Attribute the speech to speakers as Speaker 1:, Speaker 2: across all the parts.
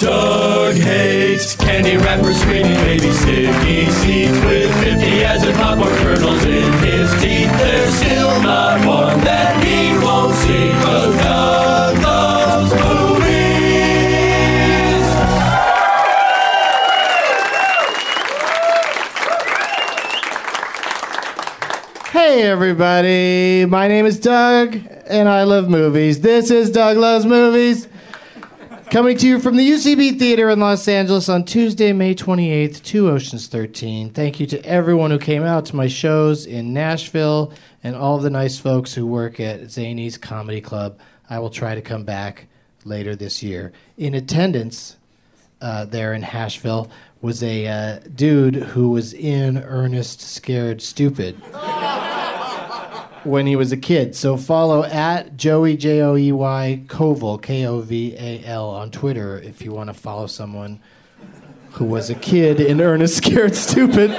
Speaker 1: Doug hates candy wrappers, screaming baby sticky seeds with 50 as in popcorn kernels in his teeth. There's still not one that he won't see, 'cause Doug loves movies.
Speaker 2: Hey, everybody. My name is Doug, and I love movies. This is Doug Loves Movies, coming to you from the UCB Theater in Los Angeles on Tuesday, May 28th, Two Oceans 13. Thank you to everyone who came out to my shows in Nashville and all the nice folks who work at Zany's Comedy Club. I will try to come back later this year. In attendance, uh, there in Hashville was a uh, dude who was in Ernest Scared Stupid when he was a kid. So follow at Joey J O E Y Koval K O V A L on Twitter if you want to follow someone who was a kid in Ernest Scared Stupid.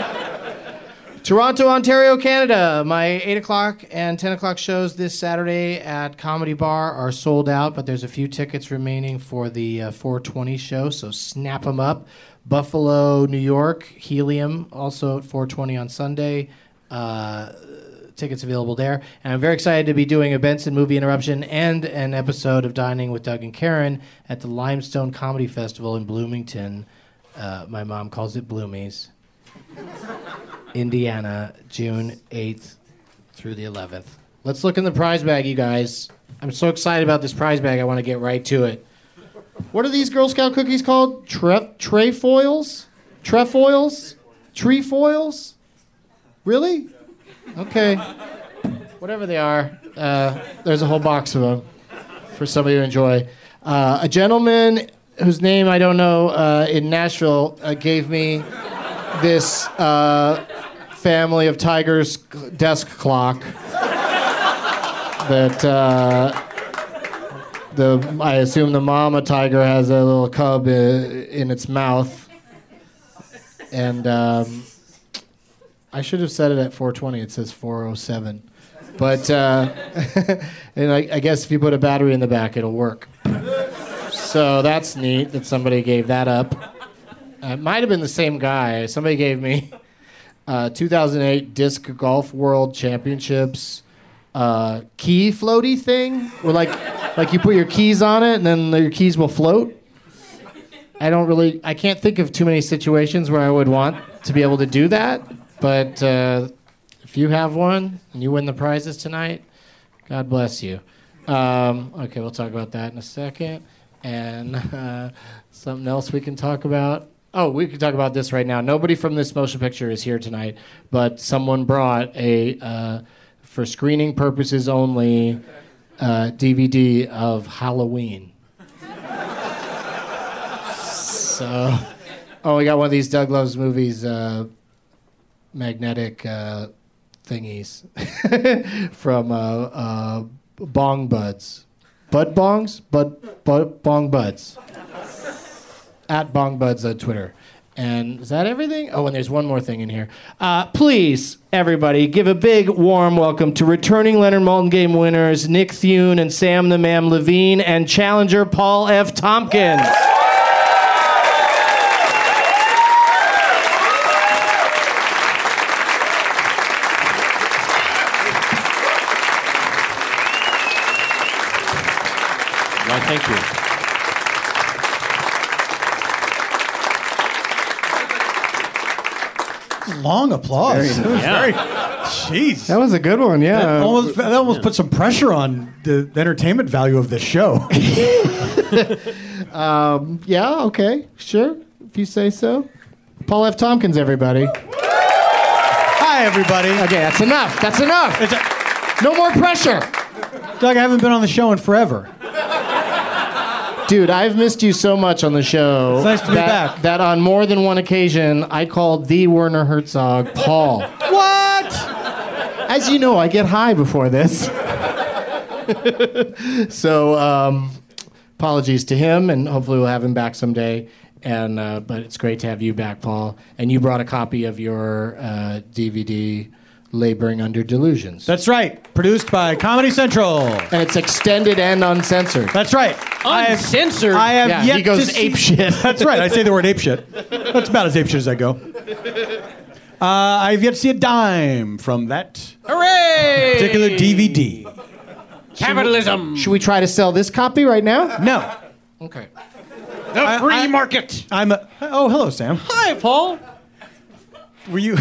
Speaker 2: Toronto, Ontario, Canada. My 8 o'clock and 10 o'clock shows this Saturday at Comedy Bar are sold out, but there's a few tickets remaining for the uh, 420 show, so snap them up. Buffalo, New York, Helium, also at 420 on Sunday. Uh, tickets available there. And I'm very excited to be doing a Benson movie interruption and an episode of Dining with Doug and Karen at the Limestone Comedy Festival in Bloomington. Uh, my mom calls it Bloomies, Indiana, June 8th through the 11th. Let's look in the prize bag, you guys. I'm so excited about this prize bag. I want to get right to it. What are these Girl Scout cookies called? Tre- trefoils? Trefoils? Trefoils? Really? Okay. Whatever they are, uh, there's a whole box of them for somebody to enjoy. Uh, a gentleman whose name I don't know uh, in Nashville uh, gave me this uh, family of tigers desk clock that uh, the I assume the mama tiger has a little cub i- in its mouth, and um, I should have said it at 4:20. It says 4:07, but uh, and I, I guess if you put a battery in the back, it'll work. So that's neat that somebody gave that up. Uh, it might have been the same guy. Somebody gave me uh, 2008 Disc Golf World Championships uh, key floaty thing, where like like you put your keys on it and then your keys will float. I don't really, I can't think of too many situations where I would want to be able to do that. But uh, if you have one and you win the prizes tonight, God bless you. Um, okay, we'll talk about that in a second. And uh, something else we can talk about. Oh, we can talk about this right now. Nobody from this motion picture is here tonight, but someone brought a, uh, for screening purposes only, uh, DVD of Halloween. so, oh, we got one of these Doug Loves movies, uh, magnetic uh, thingies from uh, uh, Bong Buds. Bud Bongs? Bud, bud Bong Buds. At Bong Buds on Twitter. And is that everything? Oh, and there's one more thing in here. Uh, please, everybody, give a big warm welcome to returning Leonard Maltin Game winners Nick Thune and Sam the Mam Levine and challenger Paul F. Tompkins.
Speaker 1: Why, thank you.
Speaker 3: Long applause. That was
Speaker 1: Yeah.
Speaker 3: very- Jeez.
Speaker 2: That was a good one, yeah.
Speaker 3: That almost, that almost put some pressure on the entertainment value of this show.
Speaker 2: Yeah, okay, sure, if you say so. Paul F. Tompkins, everybody.
Speaker 3: Hi, everybody.
Speaker 2: Okay, that's enough. That's enough.
Speaker 3: It's a-
Speaker 2: No more pressure.
Speaker 3: Doug, I haven't been on the show in forever.
Speaker 2: Dude, I've missed you so much on the show.
Speaker 3: It's nice to be
Speaker 2: that,
Speaker 3: back.
Speaker 2: That on more than one occasion, I called the Werner Herzog Paul.
Speaker 3: What?
Speaker 2: As you know, I get high before this. so, um, apologies to him, and hopefully we'll have him back someday. And uh, but it's great to have you back, Paul. And you brought a copy of your uh, DVD, "Laboring Under Delusions,"
Speaker 3: That's right. Produced by Comedy Central.
Speaker 2: and it's extended and uncensored.
Speaker 3: That's right. I have-
Speaker 1: Uncensored?
Speaker 3: I have
Speaker 2: yeah,
Speaker 3: yet
Speaker 2: he goes
Speaker 3: to see-
Speaker 2: ape shit.
Speaker 3: That's right. I say the word ape shit. That's about as ape shit as I go. Uh, I've yet to see a dime from that
Speaker 1: Hooray!
Speaker 3: particular DVD.
Speaker 1: Capitalism.
Speaker 2: Should we try to sell this copy right now?
Speaker 3: No,
Speaker 2: Okay.
Speaker 1: The free
Speaker 3: I-
Speaker 1: market.
Speaker 3: I'm. A, oh, hello, Sam.
Speaker 1: Hi, Paul.
Speaker 3: Were you?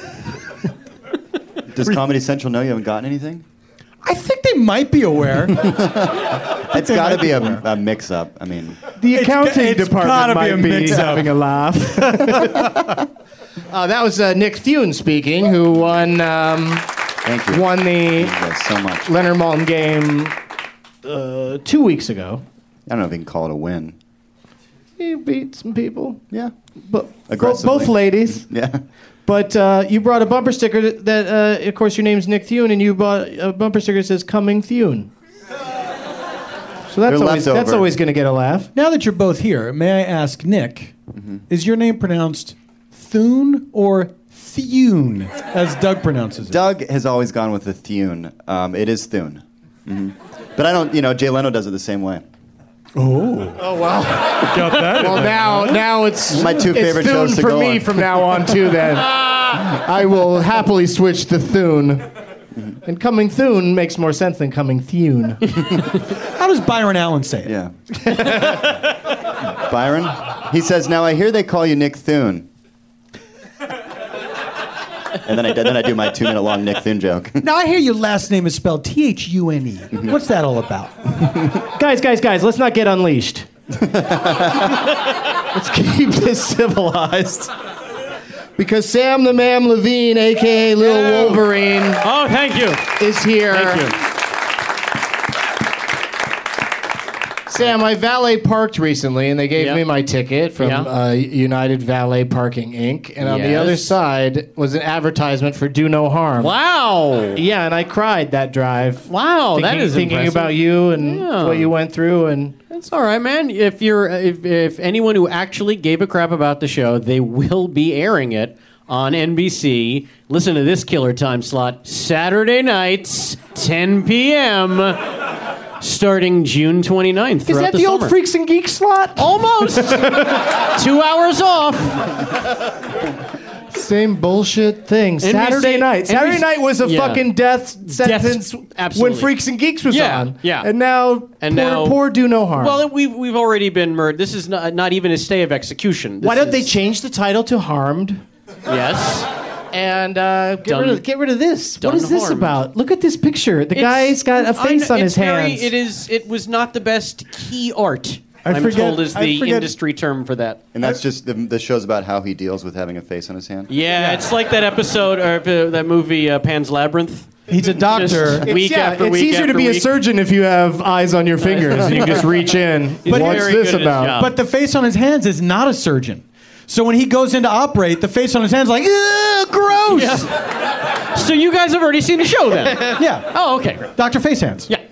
Speaker 4: Does Comedy Central know you haven't gotten anything?
Speaker 3: I think they might be aware.
Speaker 4: It's got to be a, a mix-up. I mean,
Speaker 2: The
Speaker 3: It's accounting g- it's department gotta be might a be mix-up. having
Speaker 2: a laugh. uh, that was uh, Nick Thune speaking, who won um,
Speaker 4: thank you.
Speaker 2: won the
Speaker 4: Thank you guys so much. I
Speaker 2: Leonard Maltin game uh, two weeks ago.
Speaker 4: don't know if you can call it a win.
Speaker 2: He beat some people,
Speaker 4: Yeah,
Speaker 2: but bo-
Speaker 4: Aggressively.
Speaker 2: both ladies.
Speaker 4: yeah.
Speaker 2: But uh, you brought a bumper sticker that, uh, of course, your name's Nick Thune, and you bought a bumper sticker that says "Coming Thune." So that's
Speaker 4: They're
Speaker 2: always that's
Speaker 4: leftover.
Speaker 2: always going to get a laugh.
Speaker 3: now that you're both here, may I ask, Nick, is your name pronounced Thune or Thune, as Doug pronounces it?
Speaker 4: Doug has always gone with the Thune. Um, it is Thune. Mhm. But I don't, you know, Jay Leno does it the same way.
Speaker 3: Got that?
Speaker 2: Well, now now it's
Speaker 4: My two
Speaker 2: it's
Speaker 4: favorite
Speaker 2: Thune
Speaker 4: shows to
Speaker 2: for
Speaker 4: go
Speaker 2: me
Speaker 4: on.
Speaker 2: from now on too. Then I will happily switch to Thune. And coming Thune makes more sense than coming Thune.
Speaker 3: How does Byron Allen say it?
Speaker 4: Yeah. Byron, he says, now I hear they call you Nick Thune. And then I, then I do my two minute long Nick Thune joke.
Speaker 3: Now I hear your last name is spelled T H U N E. What's that all about?
Speaker 2: guys, guys, guys, let's not get unleashed. let's keep this civilized. Because Sam the Mam Levine, aka Lil Wolverine,
Speaker 1: Oh, thank you.
Speaker 2: is here.
Speaker 1: Thank you.
Speaker 2: Sam, I valet parked recently, and they gave
Speaker 5: Yep.
Speaker 2: me my ticket from
Speaker 5: Yeah.
Speaker 2: uh, United Valet Parking Inc. And on the
Speaker 5: Yes.
Speaker 2: other side was an advertisement for Do No Harm.
Speaker 5: Wow.
Speaker 2: Yeah, and I cried that drive.
Speaker 5: Oh. Wow,
Speaker 2: thinking,
Speaker 5: that is
Speaker 2: thinking
Speaker 5: impressive.
Speaker 2: about you and
Speaker 5: Yeah.
Speaker 2: what you went through, and
Speaker 5: That's all right, man. If you're if, if anyone who actually gave a crap about the show, they will be airing it on NBC. Listen to this killer time slot Saturday nights, 10 p.m. starting June 29th.
Speaker 2: is
Speaker 5: throughout
Speaker 2: that the,
Speaker 5: the
Speaker 2: old
Speaker 5: summer.
Speaker 2: Freaks and Geeks slot?
Speaker 5: Almost. 2 hours off.
Speaker 2: Same bullshit thing. Saturday night. Saturday
Speaker 5: NBC
Speaker 2: night was a
Speaker 5: yeah.
Speaker 2: fucking death sentence when
Speaker 5: absolutely.
Speaker 2: Freaks and Geeks was
Speaker 5: Yeah,
Speaker 2: on.
Speaker 5: yeah.
Speaker 2: And now,
Speaker 5: And
Speaker 2: poor,
Speaker 5: now-
Speaker 2: poor Do No Harm.
Speaker 5: Well, we've we've already been murdered. This is not, not even a stay of execution. This
Speaker 2: why don't they
Speaker 5: is-
Speaker 2: change the title to Harmed?
Speaker 5: Yes.
Speaker 2: and uh, get,
Speaker 5: Done-
Speaker 2: rid of, get rid of this. What
Speaker 5: done
Speaker 2: is this
Speaker 5: harmed.
Speaker 2: about? Look at this picture. The
Speaker 5: It's-
Speaker 2: guy's got a
Speaker 5: I
Speaker 2: face
Speaker 5: know-
Speaker 2: on
Speaker 5: it's
Speaker 2: his
Speaker 5: very-
Speaker 2: hands.
Speaker 5: It is. It was not the best key art.
Speaker 3: I
Speaker 5: am
Speaker 3: forget-
Speaker 5: told is
Speaker 3: I
Speaker 5: the
Speaker 3: forget-
Speaker 5: industry term for that.
Speaker 4: And that's just the, the show's about how he deals with having a face on his hand.
Speaker 5: Yeah, it's like that episode or uh, that movie uh, Pan's Labyrinth.
Speaker 3: He's a doctor.
Speaker 5: Just- week after
Speaker 2: it's
Speaker 5: week
Speaker 2: easier to
Speaker 5: after
Speaker 2: be a
Speaker 5: week.
Speaker 2: surgeon if you have eyes on your fingers and you can just reach in.
Speaker 5: But
Speaker 2: What's
Speaker 5: very
Speaker 2: this
Speaker 5: good at his
Speaker 2: about?
Speaker 5: job.
Speaker 3: But the face on his hands is not a surgeon. So when he goes in to operate, the face on his hands is like, ugh, gross. Yeah.
Speaker 5: So you guys have already seen the show then? Oh, okay. great.
Speaker 3: Dr. Face Hands.
Speaker 5: Yeah.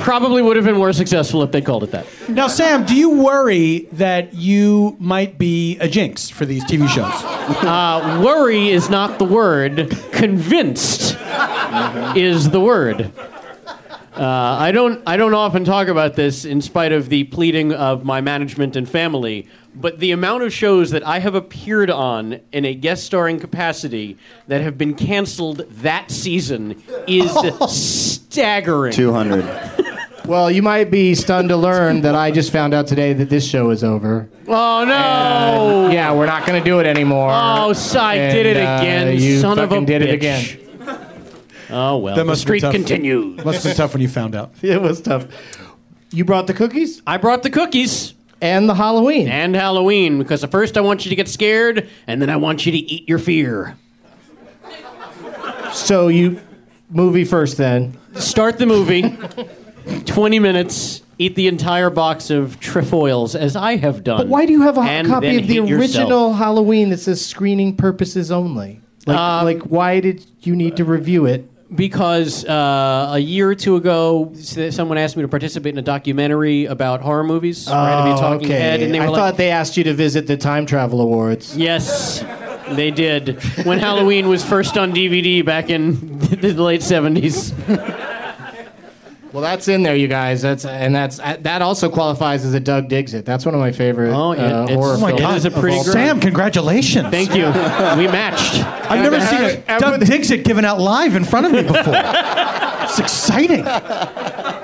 Speaker 5: Probably would have been more successful if they called it that.
Speaker 3: Now, Sam, do you worry that you might be a jinx for these TV shows?
Speaker 5: Worry is not the word. Convinced is the word. Uh, I don't. I don't often talk about this, in spite of the pleading of my management and family. But the amount of shows that I have appeared on in a guest starring capacity that have been canceled that season is staggering.
Speaker 4: 200.
Speaker 2: Well, you might be stunned to learn that I just found out today that this show is over.
Speaker 5: Oh no!
Speaker 2: Yeah, we're not going to do it anymore.
Speaker 5: Oh, Psy
Speaker 2: And,
Speaker 5: did it
Speaker 2: uh,
Speaker 5: again.
Speaker 2: you
Speaker 5: Son of a
Speaker 2: fucking did
Speaker 5: bitch.
Speaker 2: it again.
Speaker 5: Oh well.
Speaker 3: That
Speaker 5: the
Speaker 3: must be
Speaker 5: streak
Speaker 3: tough.
Speaker 5: continues.
Speaker 3: Must have been tough when you found out.
Speaker 2: It was tough. You brought the cookies
Speaker 5: I brought the cookies.
Speaker 2: and the Halloween.
Speaker 5: and Halloween because at first I want you to get scared and then I want you to eat your fear.
Speaker 2: So you movie first then.
Speaker 5: Start the movie, 20 minutes, eat the entire box of trefoils as I have done.
Speaker 2: But why do you have a
Speaker 5: and
Speaker 2: copy
Speaker 5: then
Speaker 2: of the
Speaker 5: hate
Speaker 2: original
Speaker 5: yourself.
Speaker 2: Halloween that says screening purposes only? Like,
Speaker 5: Uh,
Speaker 2: like, why did you need to review it?
Speaker 5: Because uh, a year or two ago, s- someone asked me to participate in a documentary about horror movies. right, to be Talking Head, and they were
Speaker 2: Oh, I
Speaker 5: like,
Speaker 2: thought they asked you to visit the Time Travel Awards.
Speaker 5: Yes, they did. When Halloween was first on DVD back in the late 70s.
Speaker 2: Well, that's in there, you guys. That's and that's uh, that also qualifies as a Doug Digs it. That's one of my favorite
Speaker 5: Oh, it-
Speaker 2: uh,
Speaker 5: it's-
Speaker 2: horror
Speaker 5: Oh my
Speaker 2: films.
Speaker 5: God. It is a
Speaker 3: of
Speaker 5: pretty
Speaker 3: all-
Speaker 5: girl.
Speaker 3: Sam, congratulations.
Speaker 5: Thank you. We matched.
Speaker 3: I've never seen a Doug Dixit given out live in front of me before. it's exciting.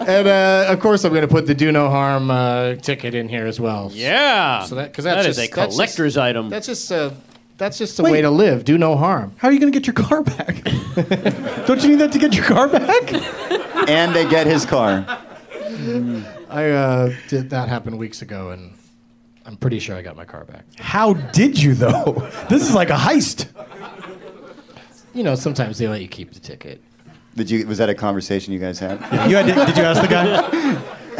Speaker 2: And uh, of course, I'm going to put the Do No Harm uh, ticket in here as well.
Speaker 5: Yeah.
Speaker 2: So that- 'cause that's
Speaker 5: That is
Speaker 2: just-
Speaker 5: a
Speaker 2: that's
Speaker 5: collector's
Speaker 2: just-
Speaker 5: item.
Speaker 2: That's just uh, that's just a
Speaker 3: Wait.
Speaker 2: way to live. Do no harm.
Speaker 3: How are you going to get your car back? Don't you need that to get your car back?
Speaker 4: and they get his car.
Speaker 2: I uh, did that happen weeks ago, and I'm pretty sure I got my car back.
Speaker 3: How did you, though? This is like a heist.
Speaker 2: You know, sometimes they let you keep the ticket.
Speaker 4: Did you, was that a conversation you guys had?
Speaker 3: You had to, did you ask the guy?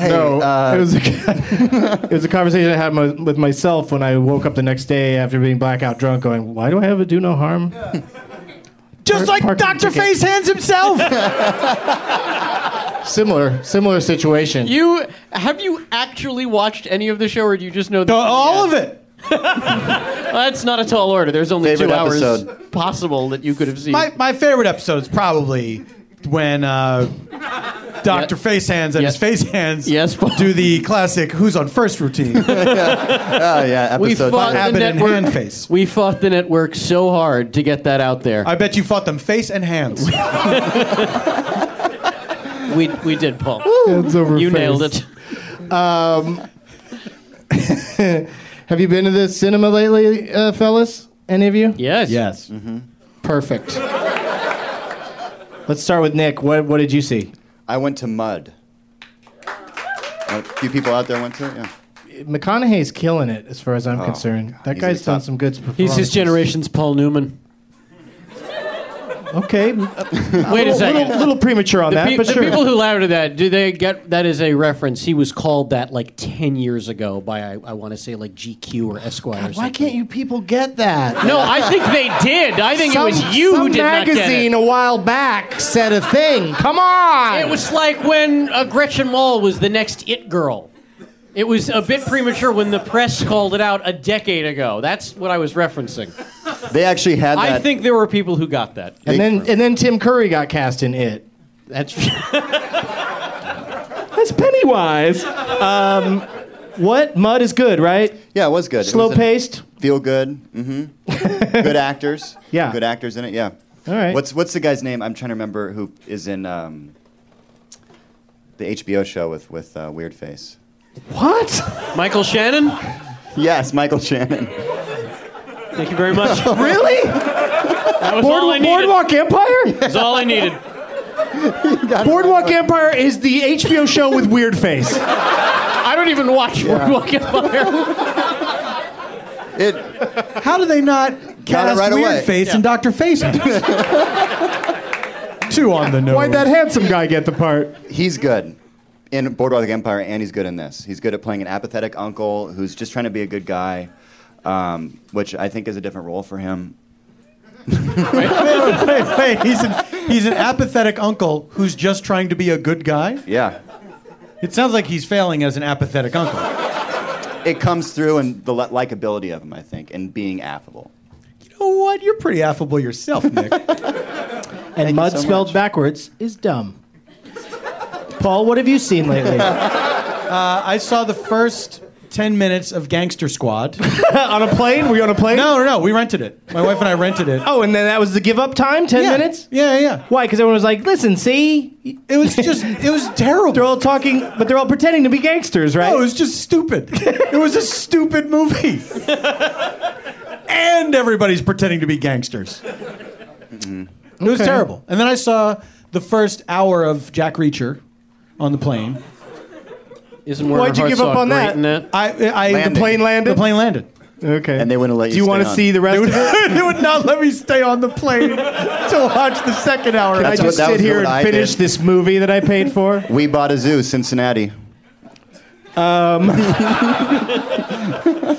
Speaker 2: no,
Speaker 4: uh,
Speaker 2: it was a, it was a conversation I had my, with myself when I woke up the next day after being blackout drunk, going, "Why do I have a do no harm?"
Speaker 3: Just like
Speaker 2: Parking
Speaker 3: Dr.
Speaker 2: ticket.
Speaker 3: Face Hands himself.
Speaker 2: Similar, similar situation.
Speaker 5: You have you actually watched any of the show, or do you just know the,
Speaker 3: No, all of it.
Speaker 5: That's not a tall order. There's only
Speaker 4: Favorite
Speaker 5: two hours
Speaker 4: episode.
Speaker 5: possible that you could have seen.
Speaker 3: My, my favorite episode is probably when uh, Dr. Face Hands and
Speaker 5: Yeah.
Speaker 3: his face hands
Speaker 5: Yes, Paul.
Speaker 3: do the classic who's on first routine.
Speaker 4: Oh, yeah,
Speaker 5: we
Speaker 4: episode.
Speaker 5: fought the
Speaker 3: Abbott and
Speaker 5: network.
Speaker 3: hand face.
Speaker 5: We fought the network so hard to get that out there.
Speaker 3: I bet you fought them face and hands.
Speaker 5: we we did, Paul.
Speaker 2: Hands over
Speaker 5: you
Speaker 2: face. Um,
Speaker 5: nailed it.
Speaker 2: Have you been to the cinema lately, uh, fellas? Any of you?
Speaker 5: Yes.
Speaker 4: Mm-hmm.
Speaker 2: Perfect. Let's start with Nick. What What did you see?
Speaker 4: I went to Mud. A few people out there went to it, yeah.
Speaker 2: McConaughey's killing it, as far as I'm concerned. That
Speaker 4: he's
Speaker 2: guy's
Speaker 4: the
Speaker 2: done
Speaker 4: top.
Speaker 2: some good.
Speaker 5: He's his generation's Paul Newman.
Speaker 2: Okay. uh,
Speaker 5: Wait a
Speaker 2: little,
Speaker 5: second.
Speaker 2: Little, little premature on
Speaker 5: the,
Speaker 2: that,
Speaker 5: pe-
Speaker 2: but
Speaker 5: the
Speaker 2: sure.
Speaker 5: people who laughed at that, do they get that as a reference? He was called that like ten years ago by I, I want to say like GQ or Esquire. or
Speaker 2: Why
Speaker 5: something.
Speaker 2: can't you people get that?
Speaker 5: No, I think they did. I think
Speaker 2: some,
Speaker 5: it was you
Speaker 2: some
Speaker 5: who did not get
Speaker 2: magazine
Speaker 5: it.
Speaker 2: a while back said a thing. Come on.
Speaker 5: It was like when uh, Gretchen Wall was the next It Girl. It was a bit premature when the press called it out a decade ago. That's what I was referencing.
Speaker 4: They actually had that.
Speaker 5: I think there were people who got that.
Speaker 2: and then and then Tim Curry got cast in it. That's That's Pennywise. Um, what mud is good, right?
Speaker 4: yeah, it was good. It
Speaker 2: Slow
Speaker 4: was a-
Speaker 2: paced.
Speaker 4: Feel good. Mm-hmm. good actors.
Speaker 2: Yeah.
Speaker 4: Good actors in it. Yeah.
Speaker 2: All right.
Speaker 4: What's What's the guy's name? I'm trying to remember who is in um, the HBO show with with uh, Weird Face.
Speaker 2: what?
Speaker 5: Michael Shannon,
Speaker 4: Yes, Michael Shannon.
Speaker 5: thank you very much. That
Speaker 2: Really?
Speaker 5: was all I
Speaker 2: Board,
Speaker 5: needed.
Speaker 2: Boardwalk Empire?
Speaker 5: That's all I needed.
Speaker 2: Boardwalk Empire is the HBO show with weird face.
Speaker 5: I don't even watch Boardwalk Empire.
Speaker 4: It.
Speaker 3: How do they not cast
Speaker 4: right
Speaker 3: Weird
Speaker 4: away.
Speaker 3: Face and Dr. Face? Two on the nose.
Speaker 2: Why'd that handsome guy get the part?
Speaker 4: He's good in Boardwalk Empire, and he's good in this. He's good at playing an apathetic uncle who's just trying to be a good guy, um, which I think is a different role for him.
Speaker 3: wait, wait, wait. He's an, he's an apathetic uncle who's just trying to be a good guy?
Speaker 4: Yeah.
Speaker 3: It sounds like he's failing as an apathetic uncle.
Speaker 4: It comes through in the li- likability of him, I think, and being affable.
Speaker 3: You know what? You're pretty affable yourself, Nick.
Speaker 2: And mud
Speaker 4: so much.
Speaker 2: spelled backwards is dumb. Paul, what have you seen lately?
Speaker 3: I saw the first 10 minutes of Gangster Squad.
Speaker 2: on a plane? Were you on a plane?
Speaker 3: No, no, no. We rented it. My wife and I rented it.
Speaker 2: Oh, and then that was the give up time? 10
Speaker 3: yeah.
Speaker 2: minutes?
Speaker 3: Yeah, yeah.
Speaker 2: Why? Because everyone was like, listen, see?
Speaker 3: It was just, it was terrible.
Speaker 2: They're all talking, but they're all pretending to be gangsters, right?
Speaker 3: No, Oh, it was just stupid. it was a stupid movie. and everybody's pretending to be gangsters. It was terrible. And then I saw the first hour of Jack Reacher on the plane.
Speaker 5: Isn't Werner
Speaker 2: Why'd you give
Speaker 5: Herzog
Speaker 2: up on
Speaker 5: great
Speaker 2: that?
Speaker 5: in that?
Speaker 3: I, I
Speaker 4: Landing.
Speaker 2: plane landed?
Speaker 3: The plane landed.
Speaker 2: okay.
Speaker 4: And they wouldn't let you
Speaker 2: Do you
Speaker 4: stay
Speaker 2: wanna
Speaker 4: on.
Speaker 2: see the
Speaker 3: They
Speaker 2: rest
Speaker 3: would,
Speaker 2: of it?
Speaker 3: they would not let me stay on the plane to watch the second hour.
Speaker 2: Can I
Speaker 4: That's what-
Speaker 2: just
Speaker 4: that
Speaker 2: sit
Speaker 4: was
Speaker 2: here
Speaker 4: what
Speaker 2: and
Speaker 4: I
Speaker 2: finish
Speaker 4: did.
Speaker 2: this movie that I paid for?
Speaker 4: We bought a zoo, Cincinnati.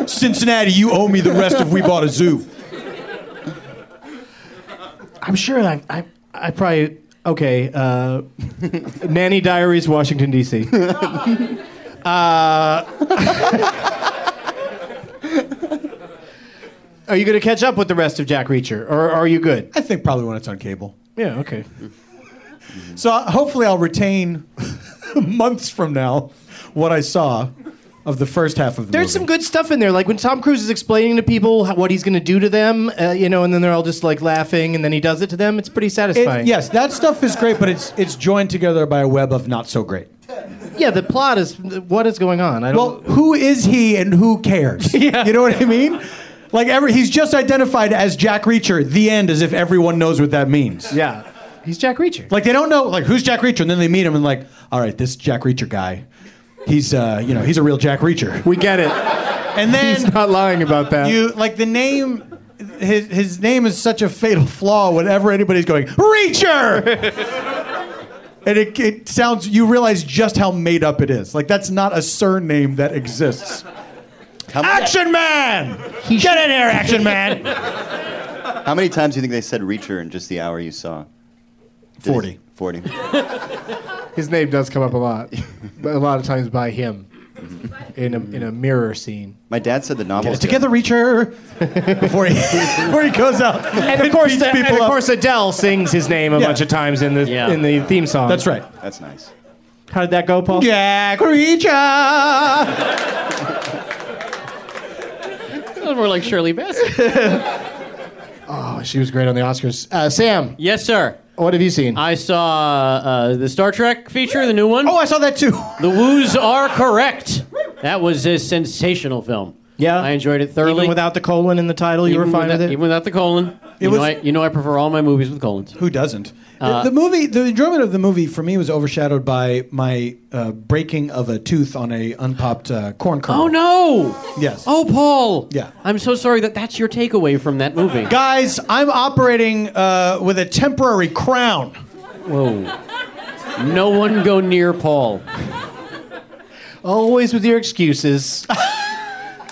Speaker 3: Cincinnati, you owe me the rest of We Bought a Zoo.
Speaker 2: I'm sure I, I, I probably okay. Uh, Nanny Diaries, Washington Uh, D.C. uh, are you going to catch up with the rest of Jack Reacher, or are you good?
Speaker 3: I think probably when it's on cable.
Speaker 2: Yeah, okay.
Speaker 3: So I- hopefully I'll retain months from now what I saw of the first half of the
Speaker 2: There's some
Speaker 3: movie.
Speaker 2: good stuff in there, like when Tom Cruise is explaining to people how, what he's going to do to them, uh, you know, and then they're all just like laughing, and then he does it to them. It's pretty
Speaker 3: It-
Speaker 2: satisfying.
Speaker 3: yes, that stuff is great, but it's it's joined together by a web of not so great.
Speaker 2: yeah. The plot is what is going on. I
Speaker 3: Well,
Speaker 2: don't.
Speaker 3: who is he and who cares?
Speaker 2: Yeah.
Speaker 3: You know what I mean? Like every he's just identified as Jack Reacher, the end, as if everyone knows what that means.
Speaker 2: yeah, he's Jack Reacher.
Speaker 3: Like they don't know like who's Jack Reacher, and then they meet him and like, all right, this Jack Reacher guy. He's uh, you know, he's a real Jack Reacher.
Speaker 2: we get it.
Speaker 3: And then
Speaker 2: He's not lying about that.
Speaker 3: You like the name. His his name is such a fatal flaw. Whenever anybody's going Reacher, and it, it sounds, you realize just how made up it is. Like that's not a surname that exists.
Speaker 4: How, many-
Speaker 3: Action Man, get in here, Action Man.
Speaker 4: how many times do you think they said Reacher in just the hour you saw? Did they-
Speaker 3: Forty.
Speaker 4: 40.
Speaker 2: His name does come up a lot, but a lot of times by him in a, in a mirror scene.
Speaker 4: My dad said the novel.
Speaker 3: Get it together, Reacher. Before he before he goes out,
Speaker 2: And of course, uh,
Speaker 3: beats
Speaker 2: and
Speaker 3: people
Speaker 2: of
Speaker 3: up.
Speaker 2: course Adele sings his name a
Speaker 3: Yeah.
Speaker 2: bunch of times in the
Speaker 5: Yeah.
Speaker 2: in the theme song.
Speaker 3: That's right.
Speaker 4: That's nice.
Speaker 2: How did that go, Paul?
Speaker 3: Jack Reacher.
Speaker 5: More like Shirley Bassey.
Speaker 2: Oh, she was great on the Oscars. Uh, Sam,
Speaker 5: yes, sir.
Speaker 2: what have you seen?
Speaker 5: I saw uh, the Star Trek feature, the new one.
Speaker 3: Oh, I saw that too.
Speaker 5: The woos are correct. That was a sensational film.
Speaker 2: Yeah.
Speaker 5: I enjoyed it thoroughly.
Speaker 2: Even without the colon in the title, you were
Speaker 5: Even
Speaker 2: fine with
Speaker 5: without-
Speaker 2: it.
Speaker 5: Even without the colon.
Speaker 3: It
Speaker 5: You,
Speaker 3: was-
Speaker 5: know, I, you know I prefer all my movies with colons.
Speaker 3: Who doesn't?
Speaker 2: Uh,
Speaker 3: the, the movie, the enjoyment of the movie for me was overshadowed by my uh, breaking of a tooth on a unpopped uh, corn kernel.
Speaker 5: Oh no!
Speaker 3: Yes.
Speaker 5: Oh Paul.
Speaker 3: Yeah.
Speaker 5: I'm so sorry that that's your takeaway from that movie.
Speaker 3: Guys, I'm operating uh, with a temporary crown.
Speaker 5: Whoa. No one go near Paul.
Speaker 2: Always with your excuses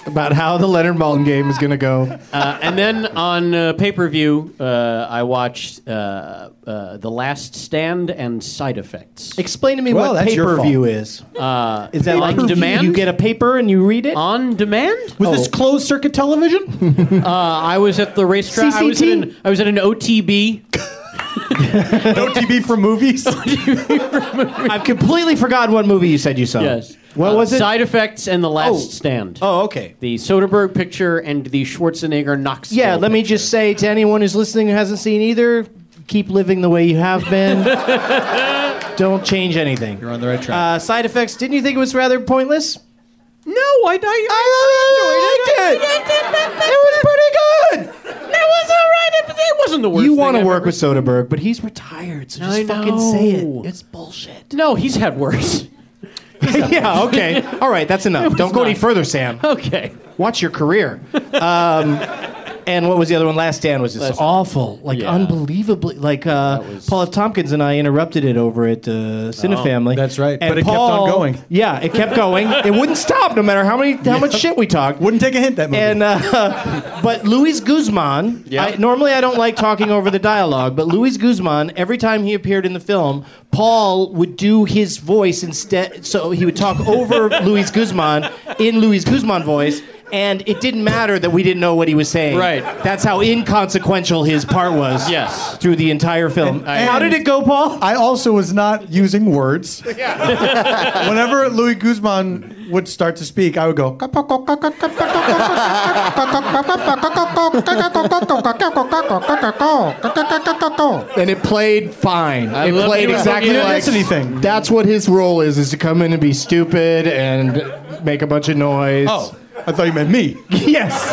Speaker 2: about how the Leonard Malton game is going to go.
Speaker 5: Uh, and then on uh, pay per view, uh, I watched uh, uh, The Last Stand and Side Effects.
Speaker 2: Explain to me what
Speaker 3: Well, that's
Speaker 2: pay
Speaker 3: your
Speaker 2: per view is. Uh, is that
Speaker 5: on
Speaker 2: like you-
Speaker 5: demand? Uh,
Speaker 2: You get a paper and you read it. Oh.
Speaker 5: on demand?
Speaker 3: Was this closed circuit television?
Speaker 5: I was at the racetrack. I was, at
Speaker 2: CCT?
Speaker 5: an, I was at an OTB.
Speaker 3: Don't TV for movies?
Speaker 2: I've completely forgotten what movie you said you saw.
Speaker 5: Yes.
Speaker 2: What
Speaker 5: Uh,
Speaker 2: was it?
Speaker 5: Side Effects and The Last
Speaker 2: Oh.
Speaker 5: Stand.
Speaker 2: oh, okay.
Speaker 5: The Soderbergh picture and the Schwarzenegger Knoxville.
Speaker 2: Yeah, let me just say to anyone who's listening who hasn't seen either, keep living the way you have been. Don't change anything.
Speaker 3: You're on the right track.
Speaker 2: Uh, side effects. Didn't you think it was rather pointless?
Speaker 5: No, I, I,
Speaker 2: I
Speaker 5: enjoyed it. It was pretty good. It was all right. It, it wasn't the worst.
Speaker 2: You
Speaker 5: thing
Speaker 2: want to
Speaker 5: I've
Speaker 2: work
Speaker 5: ever-
Speaker 2: with Soderbergh, but he's retired, so just
Speaker 5: I
Speaker 2: fucking say
Speaker 5: know.
Speaker 2: it. It's bullshit.
Speaker 5: No, he's had worse.
Speaker 2: yeah, okay. All right, that's enough. Don't go any
Speaker 5: not.
Speaker 2: further, Sam.
Speaker 5: Okay.
Speaker 2: Watch your career. Um, and what was the other one? Last Stand was just awful, like
Speaker 5: Yeah.
Speaker 2: unbelievably. Like uh, Paul F. Tompkins and I interrupted it over at uh, Cinefamily.
Speaker 3: Oh, that's right,
Speaker 2: And
Speaker 3: but it kept on
Speaker 2: Paul-
Speaker 3: going.
Speaker 2: Yeah, it kept going. it wouldn't stop, no matter how many how much shit we talked.
Speaker 3: Wouldn't take a hint that movie.
Speaker 2: Uh, And uh, but Luis Guzman.
Speaker 5: Yeah.
Speaker 2: I, normally, I don't like talking over the dialogue, but Luis Guzman. Every time he appeared in the film, Paul would do his voice instead. So he would talk over Luis Guzman in Luis Guzman voice. And it didn't matter that we didn't know what he was saying.
Speaker 5: Right.
Speaker 2: That's how inconsequential his part was.
Speaker 5: Yes.
Speaker 2: Through the entire film. how
Speaker 3: and-
Speaker 2: did it go, Paul?
Speaker 3: I also was not using words. Whenever Louis Guzman would start to speak, I would go.
Speaker 2: And it played fine.
Speaker 5: It love played you, but exactly you didn't like-
Speaker 3: miss anything.
Speaker 2: That's what his role is: is to come in and be stupid and make a bunch of noise.
Speaker 3: Oh, I thought you meant me.
Speaker 2: yes,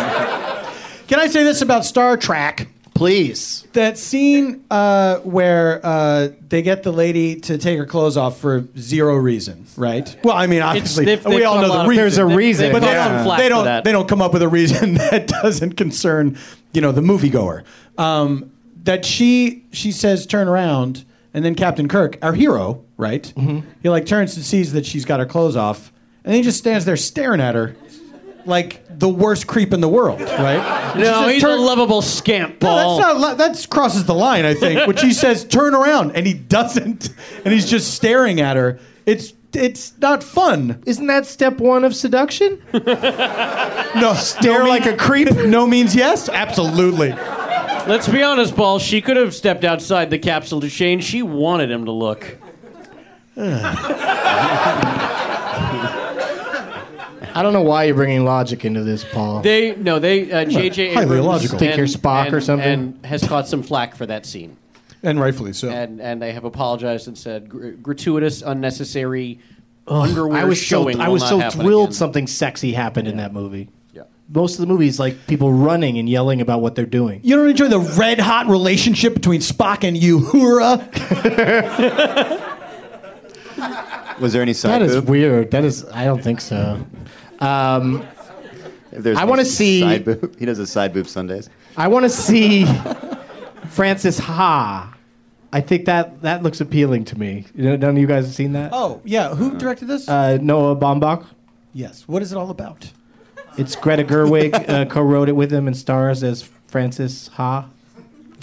Speaker 3: Can I say this about Star Trek?
Speaker 2: please.
Speaker 3: That scene uh, where uh, they get the lady to take her clothes off for zero reason, right? Well, I mean, obviously,
Speaker 5: they've- they've
Speaker 3: we all
Speaker 5: got a
Speaker 3: know
Speaker 5: lot
Speaker 3: the
Speaker 5: of-
Speaker 3: reason.
Speaker 2: There's a reason.
Speaker 3: but they
Speaker 5: Yeah.
Speaker 3: don't,
Speaker 5: Flack
Speaker 3: they
Speaker 5: for
Speaker 3: don't
Speaker 5: that.
Speaker 3: they don't come up with a reason that doesn't concern you know the moviegoer. Um, that she she says turn around, and then Captain Kirk, our hero, right?
Speaker 5: Mm-hmm.
Speaker 3: He like turns and sees that she's got her clothes off, and he just stands there staring at her, like the worst creep in the world, right? She
Speaker 5: No,
Speaker 3: says,
Speaker 5: he's
Speaker 3: "Turn-
Speaker 5: a lovable scamp,
Speaker 3: No,
Speaker 5: Paul.
Speaker 3: that's not. li- That's crosses the line, I think. When she says turn around, and he doesn't, and he's just staring at her. It's it's not fun.
Speaker 2: Isn't that step one of seduction?
Speaker 3: No, stare
Speaker 2: like a creep?
Speaker 3: No means yes. Absolutely.
Speaker 5: Let's be honest, Paul. She could have stepped outside the capsule to Shane. She wanted him to look.
Speaker 2: I don't know why you're bringing logic into this, Paul.
Speaker 5: They no, they uh, J.J.
Speaker 3: highly
Speaker 5: Abrams
Speaker 3: illogical.
Speaker 2: Think you're Spock
Speaker 5: and-
Speaker 2: or something?
Speaker 5: and has caught some flack for that scene,
Speaker 3: And rightfully so.
Speaker 5: and and they have apologized and said gr- gratuitous, unnecessary underwear
Speaker 2: I was so
Speaker 5: showing.
Speaker 2: I
Speaker 5: will
Speaker 2: was
Speaker 5: not
Speaker 2: so
Speaker 5: happen
Speaker 2: thrilled
Speaker 5: again.
Speaker 2: something sexy happened in that movie.
Speaker 5: Yeah.
Speaker 2: Most of the movies, like people running and yelling about what they're doing.
Speaker 3: you don't enjoy the red hot relationship between Spock and Uhura?
Speaker 4: Was there any side
Speaker 2: That is
Speaker 4: boob?
Speaker 2: weird. That is. I don't think so. Um,
Speaker 4: If there's
Speaker 2: I
Speaker 4: any
Speaker 2: wanna see-
Speaker 4: side boob. He does a side boob Sundays.
Speaker 2: I want to see Francis Ha. I think that that looks appealing to me. You know, None of you guys have seen that?
Speaker 3: Oh yeah, who directed this?
Speaker 2: Uh, Noah Baumbach.
Speaker 3: yes. What is it all about?
Speaker 2: It's Greta Gerwig uh, co-wrote it with him and stars as Francis Ha.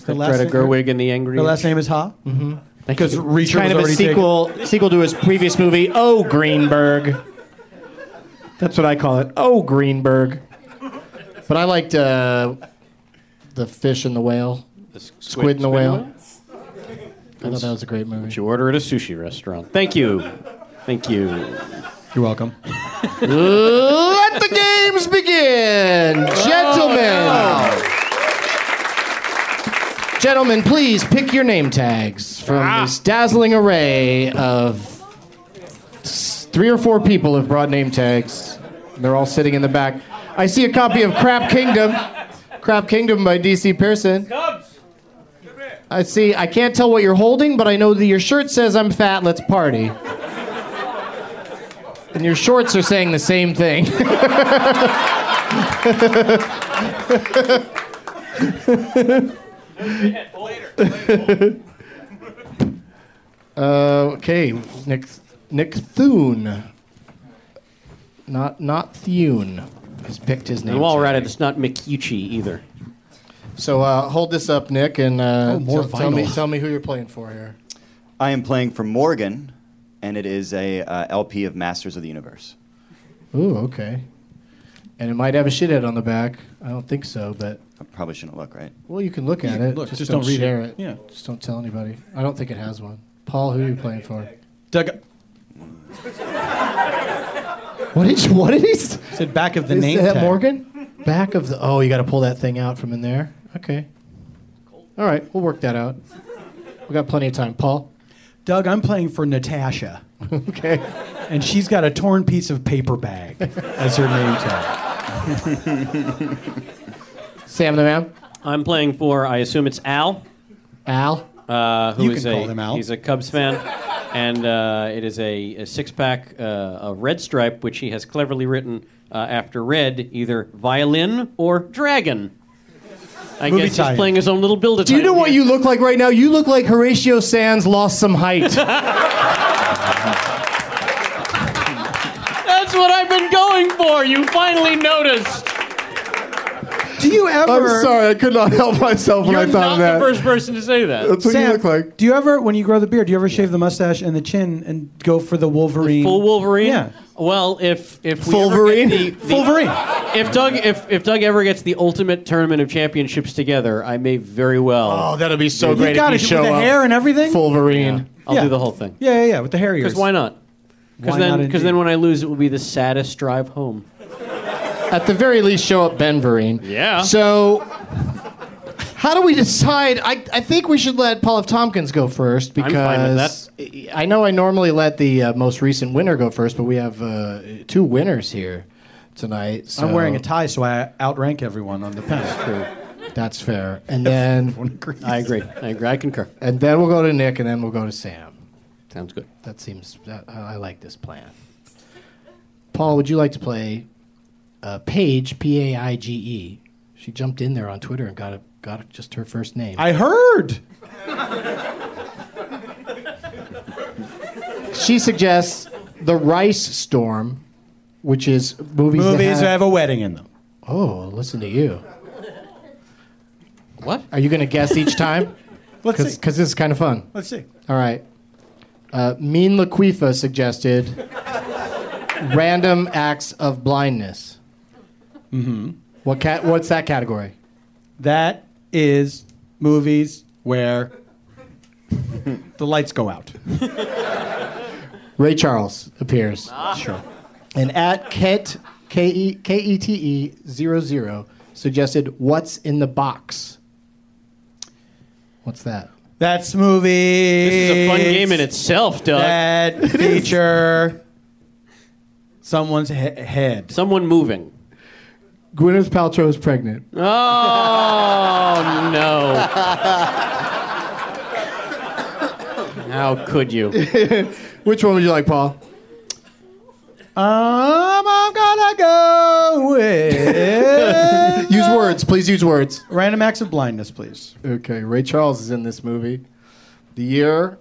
Speaker 3: Her last
Speaker 5: Greta
Speaker 3: name-
Speaker 5: Gerwig and the Angry.
Speaker 3: Her last name is Ha. Because mm-hmm. Reacher
Speaker 2: Kind of
Speaker 3: was
Speaker 2: a
Speaker 3: already
Speaker 2: sequel sequel to his previous movie, Oh Greenberg. That's what I call it, Oh Greenberg. But I liked uh, the fish and the whale,
Speaker 5: squid,
Speaker 2: squid and the
Speaker 5: Squid
Speaker 2: whale. I thought that was a great movie.
Speaker 5: You order at a sushi restaurant. Thank you, thank you.
Speaker 3: Taken. You're welcome.
Speaker 2: Let the games begin, gentlemen. Gentlemen, please pick your name tags from this dazzling array of s- three or four people have brought name tags. They're all sitting in the back. I see a copy of Crap Kingdom. Crap Kingdom by DC Pearson. Cubs. I see. I can't tell what you're holding, but I know that your shirt says I'm fat. Let's party. And your shorts are saying the same thing. uh, okay, Nick Nick Thune. Not not Thune. He's picked his name.
Speaker 5: And while we're at
Speaker 2: today.
Speaker 5: it, it's not Mikiuchi either.
Speaker 2: So uh, hold this up, Nick, and uh,
Speaker 3: Oh, more
Speaker 2: tell, tell me
Speaker 3: vinyl.
Speaker 2: tell me who you're playing for here.
Speaker 4: I am playing for Morgan, and it is a uh, LP of Masters of the Universe.
Speaker 2: Ooh, okay. And it might have a shithead on the back. I don't think so, but
Speaker 4: I probably shouldn't look, right?
Speaker 2: well, you can look at
Speaker 3: Yeah,
Speaker 2: it.
Speaker 3: look,
Speaker 2: just,
Speaker 3: just
Speaker 2: don't,
Speaker 3: don't read
Speaker 2: share
Speaker 3: it.
Speaker 2: it.
Speaker 3: Yeah.
Speaker 2: Just don't tell anybody. I don't think it has one. Paul, who are you playing for?
Speaker 3: Doug
Speaker 2: What did you? What did he? s-
Speaker 3: said back of the
Speaker 2: Is
Speaker 3: name
Speaker 2: that
Speaker 3: tag.
Speaker 2: Morgan? Back of the. Oh, you got to pull that thing out from in there. Okay. All right, we'll work that out. We got plenty of time. Paul.
Speaker 3: Doug, I'm playing for Natasha,
Speaker 2: Okay.
Speaker 3: and she's got a torn piece of paper bag as her name tag.
Speaker 2: Sam the man.
Speaker 5: I'm playing for, I assume it's Al,
Speaker 2: Al.
Speaker 5: uh, who
Speaker 3: You
Speaker 5: is
Speaker 3: can
Speaker 5: a
Speaker 3: call him Al.
Speaker 5: he's a Cubs fan, and uh, it is a, a six pack uh, of Red Stripe, which he has cleverly written uh, after Red, either violin or dragon. I
Speaker 3: Movie
Speaker 5: guess
Speaker 3: tie-in.
Speaker 5: he's playing his own little build.
Speaker 2: Do you know what you look like right now? You look like Horatio Sands lost some height.
Speaker 5: That's what I've been going for. You finally noticed.
Speaker 3: Do you ever?
Speaker 2: I could not help myself
Speaker 5: You're not the first person to say that.
Speaker 2: That's what
Speaker 3: Sam, Do you ever, when you grow the beard, do you ever shave the mustache and the chin and go for the Wolverine?
Speaker 5: Full Wolverine.
Speaker 3: Yeah.
Speaker 5: Well, if if we ever get
Speaker 2: Fulverine?
Speaker 5: the, the-
Speaker 3: Fulverine.
Speaker 5: if Doug if if Doug ever gets the ultimate tournament of championships together, I may very well.
Speaker 2: Oh, that'll be so great
Speaker 3: You got
Speaker 2: if
Speaker 3: it
Speaker 2: you
Speaker 3: with
Speaker 2: show
Speaker 3: the
Speaker 2: up.
Speaker 3: hair and everything.
Speaker 2: Fulverine.
Speaker 5: I'll
Speaker 3: Yeah.
Speaker 5: do the whole thing.
Speaker 3: Yeah, yeah, yeah, with the hair ears.
Speaker 5: Because why not? Because
Speaker 3: Why
Speaker 5: then,
Speaker 3: not
Speaker 5: because then
Speaker 3: indeed?
Speaker 5: when I lose, it will be the saddest drive home.
Speaker 2: At the very least, show up Ben Vereen.
Speaker 5: Yeah.
Speaker 2: So, how do we decide? I, I think we should let Paul F. Tompkins go first
Speaker 5: I'm
Speaker 2: because
Speaker 5: fine with
Speaker 2: I know I normally let the uh, most recent winner go first, but we have uh, two winners here tonight. So
Speaker 3: I'm wearing a tie, so I outrank everyone on the panel.
Speaker 2: That's fair. And then
Speaker 5: I agree. I agree. I concur.
Speaker 2: and then we'll go to Nick, and then we'll go to Sam.
Speaker 5: Sounds good.
Speaker 2: That seems. That, I I like this plan. Paul, would you like to play uh, Paige P A I G E? She jumped in there on Twitter and got a, got a, just her first name.
Speaker 3: I heard.
Speaker 2: she suggests the Rice Storm, which is movies. that
Speaker 3: Movies that
Speaker 2: have-
Speaker 3: have a wedding in them.
Speaker 2: oh, listen to you.
Speaker 5: What?
Speaker 2: Are you going to guess each time?
Speaker 3: Let's
Speaker 2: Because
Speaker 3: see.
Speaker 2: this is kind of fun.
Speaker 3: Let's see.
Speaker 2: All right. Uh, mean Laquifa suggested random acts of blindness. Mm-hmm. What cat? What's that category?
Speaker 3: That is movies where the lights go out.
Speaker 2: Ray Charles appears.
Speaker 3: Sure.
Speaker 2: And at Ket, K E K E T E 00 suggested what's in the box. What's that?
Speaker 3: That's movies.
Speaker 5: This is a fun game in itself, Doug.
Speaker 3: That feature someone's he- head.
Speaker 5: Someone moving.
Speaker 2: Gwyneth Paltrow is pregnant.
Speaker 5: Oh no! How could you?
Speaker 2: Which one would you like, Paul?
Speaker 3: Um, I'm gonna go with
Speaker 2: Use words, please use words.
Speaker 3: random acts of blindness, please.
Speaker 2: Okay, Ray Charles is in this movie. The year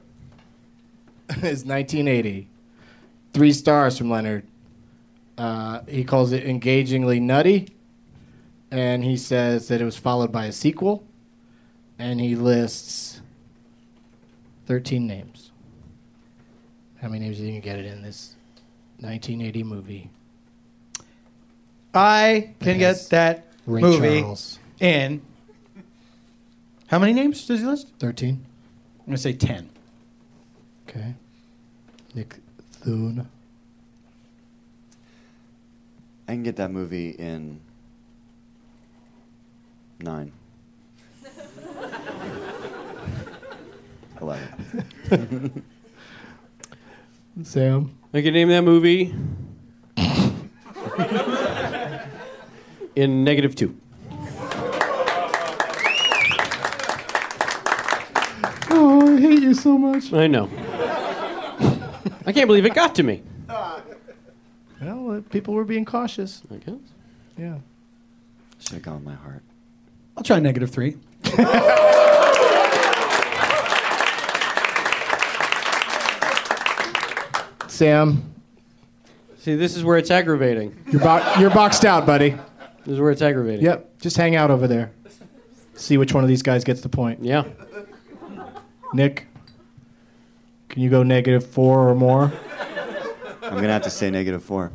Speaker 2: is 1980. Three stars from Leonard. Uh, he calls it engagingly nutty, and he says that it was followed by a sequel, and he lists 13 names. How many names do you think you get it in this 1980 movie?
Speaker 3: I can
Speaker 2: Yes.
Speaker 3: get that
Speaker 2: Ray
Speaker 3: movie
Speaker 2: Charles.
Speaker 3: in. How many names does he list?
Speaker 2: 13?
Speaker 3: I'm gonna say ten.
Speaker 2: Okay. Nick Thune.
Speaker 4: I can get that movie in nine. Eleven.
Speaker 2: Sam.
Speaker 5: I could name that movie in negative two.
Speaker 2: Oh, hate you so much.
Speaker 5: I know. I can't believe it got to me.
Speaker 2: Well, uh, people were being cautious.
Speaker 5: I guess.
Speaker 2: Yeah.
Speaker 4: Should have gone my heart.
Speaker 3: I'll try negative three.
Speaker 2: Sam,
Speaker 5: See, this is where it's aggravating.
Speaker 2: you're, bo- you're boxed out, buddy.
Speaker 5: This is where it's aggravating.
Speaker 2: Yep. Just hang out over there. See which one of these guys gets the point.
Speaker 5: Yeah.
Speaker 2: Nick, can you go negative four or more?
Speaker 4: I'm gonna have to say negative four.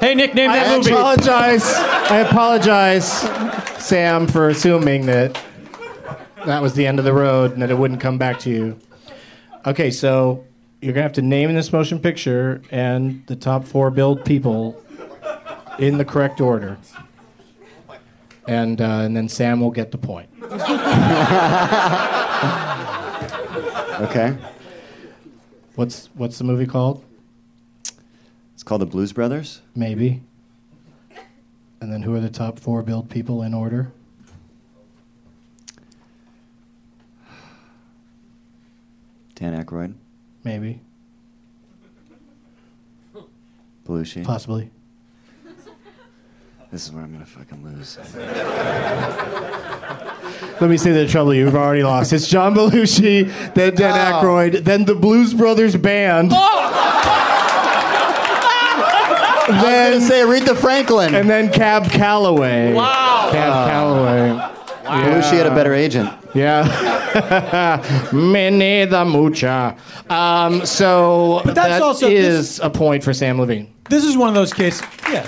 Speaker 5: Hey, Nick, name that
Speaker 2: I
Speaker 5: movie.
Speaker 2: apologize. I apologize, Sam, for assuming that that was the end of the road and that it wouldn't come back to you. Okay, so you're gonna have to name this motion picture and the top four billed people in the correct order, and uh, and then Sam will get the point.
Speaker 4: Okay.
Speaker 2: What's what's the movie called?
Speaker 4: It's called the Blues Brothers.
Speaker 2: Maybe. And then who are the top four billed people in order?
Speaker 4: Dan Aykroyd,
Speaker 2: Maybe,
Speaker 4: Belushi.
Speaker 2: possibly.
Speaker 4: This is where I'm gonna fucking lose.
Speaker 2: Let me see the trouble you've already lost. It's John Belushi, then Dan
Speaker 3: Oh.
Speaker 2: Aykroyd, then the Blues Brothers Band,
Speaker 4: I was gonna say Aretha Franklin.
Speaker 2: and then Cab Calloway.
Speaker 5: Wow.
Speaker 2: Cab
Speaker 3: Uh.
Speaker 2: Calloway.
Speaker 4: Belushi had a better agent.
Speaker 2: Yeah. Mene the Mucha. Um, so
Speaker 3: But that's
Speaker 2: that
Speaker 3: also-
Speaker 2: is a point for Sam Levine.
Speaker 3: This is one of those cases. Yes.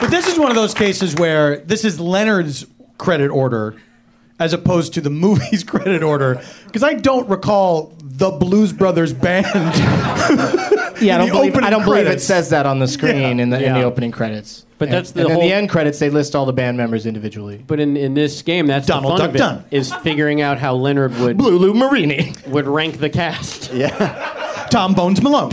Speaker 3: But this is one of those cases where this is Leonard's credit order as opposed to the movie's credit order because I don't recall the Blues Brothers band.
Speaker 2: Yeah, I don't,
Speaker 3: the
Speaker 2: believe, I
Speaker 3: opening
Speaker 2: don't believe it
Speaker 3: credits.
Speaker 2: says that on the screen in, the, in the
Speaker 5: Yeah.
Speaker 2: opening credits.
Speaker 5: But
Speaker 2: And-
Speaker 5: that's the
Speaker 2: and then
Speaker 5: whole-
Speaker 2: the end credits. They list all the band members individually.
Speaker 5: But in, in this game, that's
Speaker 3: Donald
Speaker 5: the fun
Speaker 3: Duck
Speaker 5: of it,
Speaker 3: Dunn.
Speaker 5: is figuring out how Leonard would
Speaker 2: Blue Lou Marini.
Speaker 5: would rank the cast.
Speaker 3: Tom Bones Malone.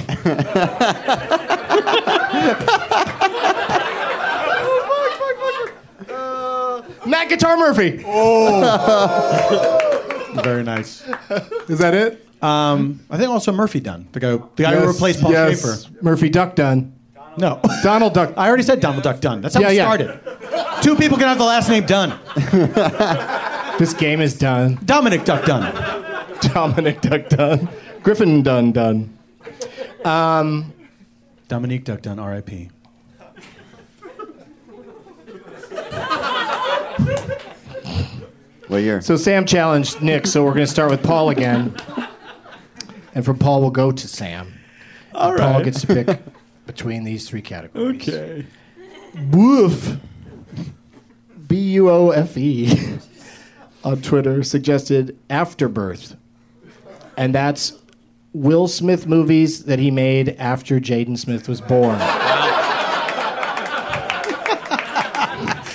Speaker 2: Matt Guitar Murphy.
Speaker 3: Very nice.
Speaker 2: Is that it?
Speaker 3: Um, I think also Murphy Dunn, the guy, the guy who replaced Paul Schaefer.
Speaker 2: Murphy Duck Dunn.
Speaker 3: No.
Speaker 2: Donald Duck.
Speaker 3: I already said Donald Duck Dunn. That's how
Speaker 2: Yeah,
Speaker 3: it
Speaker 2: yeah.
Speaker 3: started. Two people can have the last name Dunn.
Speaker 2: This game is done.
Speaker 3: Dominic Duck Dunn.
Speaker 2: Dominic Duck Dunn. Griffin Dunn Dunn.
Speaker 3: Dominique Duck Dunn, R.I.P.
Speaker 4: What year?
Speaker 2: So Sam challenged Nick, so we're going to start with Paul again. And from Paul, we'll go to Sam.
Speaker 3: All
Speaker 2: Paul
Speaker 3: right.
Speaker 2: gets to pick between these three categories.
Speaker 3: Okay.
Speaker 2: Woof. B U O F E on Twitter suggested Afterbirth. And that's Will Smith movies that he made after Jaden Smith was born.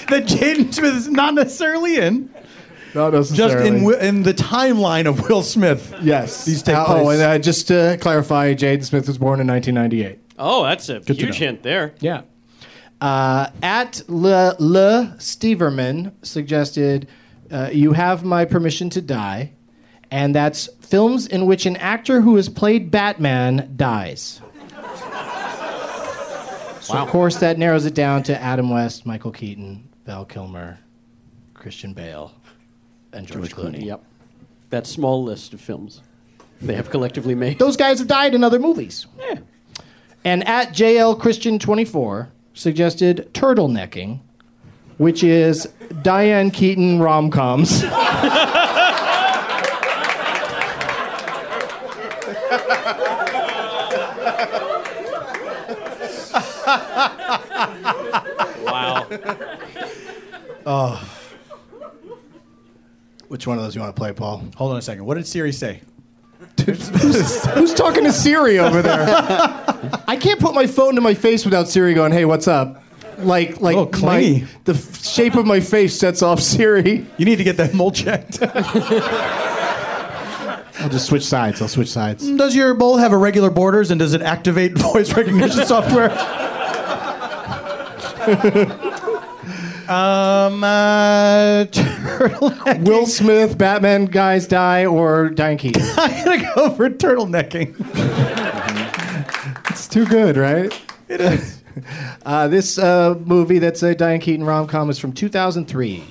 Speaker 3: That Jaden Smith is not necessarily in.
Speaker 2: Not
Speaker 3: just
Speaker 2: necessarily.
Speaker 3: in Wi- in the timeline of Will Smith.
Speaker 2: Yes.
Speaker 3: These take
Speaker 2: Uh, Oh,
Speaker 3: place.
Speaker 2: and uh, just to clarify, Jaden Smith was born in 1998.
Speaker 5: Oh, that's a
Speaker 2: to
Speaker 5: huge
Speaker 2: know.
Speaker 5: hint there.
Speaker 2: Yeah. Uh, at Le, Le Steverman suggested, uh, You Have My Permission to Die. And that's films in which an actor who has played Batman dies. So, of course, that narrows it down to Adam West, Michael Keaton, Val Kilmer, Christian Bale, and George, Clooney.
Speaker 5: Yep. That small list of films they have collectively made.
Speaker 2: Those guys have died in other movies.
Speaker 5: Yeah.
Speaker 2: And at JL Christian 24 suggested turtlenecking, which is Diane Keaton rom coms.
Speaker 5: Wow.
Speaker 2: Oh. Which one of those you want to play, Paul?
Speaker 3: Hold on a second. What did Siri say?
Speaker 2: Who's talking to Siri over there? I can't put my phone to my face without Siri going, "Hey, what's up?" Like, like
Speaker 3: little clingy.
Speaker 2: my- the f- shape of my face sets off Siri.
Speaker 3: You need to get that mole checked.
Speaker 2: I'll just switch sides. I'll switch sides.
Speaker 3: does your mole have irregular borders and does it activate voice recognition software? Um, uh, turtlenecking.
Speaker 2: Will Smith, Batman guys die, or Diane Keaton.
Speaker 3: I'm gonna go for turtlenecking.
Speaker 2: It's too good, right? It is. uh, this uh, movie that's a Diane Keaton rom com is from 2003.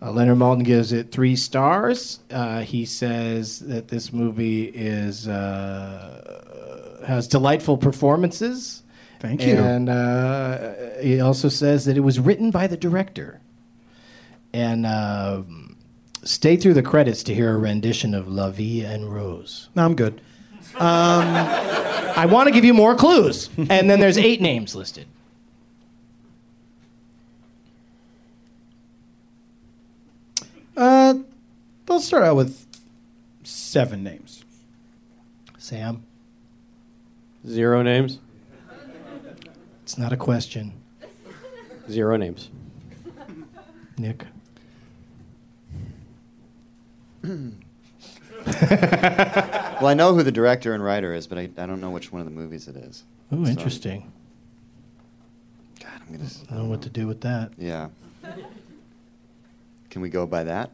Speaker 2: Uh, Leonard Maltin gives it three stars. Uh, he says that this movie is uh, has delightful performances.
Speaker 3: Thank you.
Speaker 2: And uh, he also says that it was written by the director. And um, stay through the credits to hear a rendition of La Vie en Rose.
Speaker 3: No, I'm good.
Speaker 2: I want to give you more clues. And then there's eight names listed.
Speaker 3: Uh, we'll start out with seven names.
Speaker 2: Sam,
Speaker 5: Zero names.
Speaker 2: it's not a question.
Speaker 5: Zero names.
Speaker 2: Nick.
Speaker 4: Well, I know who the director and writer is, but I, I don't know which one of the movies it is.
Speaker 2: Ooh,
Speaker 4: So-
Speaker 2: interesting. Oh.
Speaker 4: God, I'm gonna. s-
Speaker 2: I don't know what to do with that.
Speaker 4: Yeah. Can we go by that?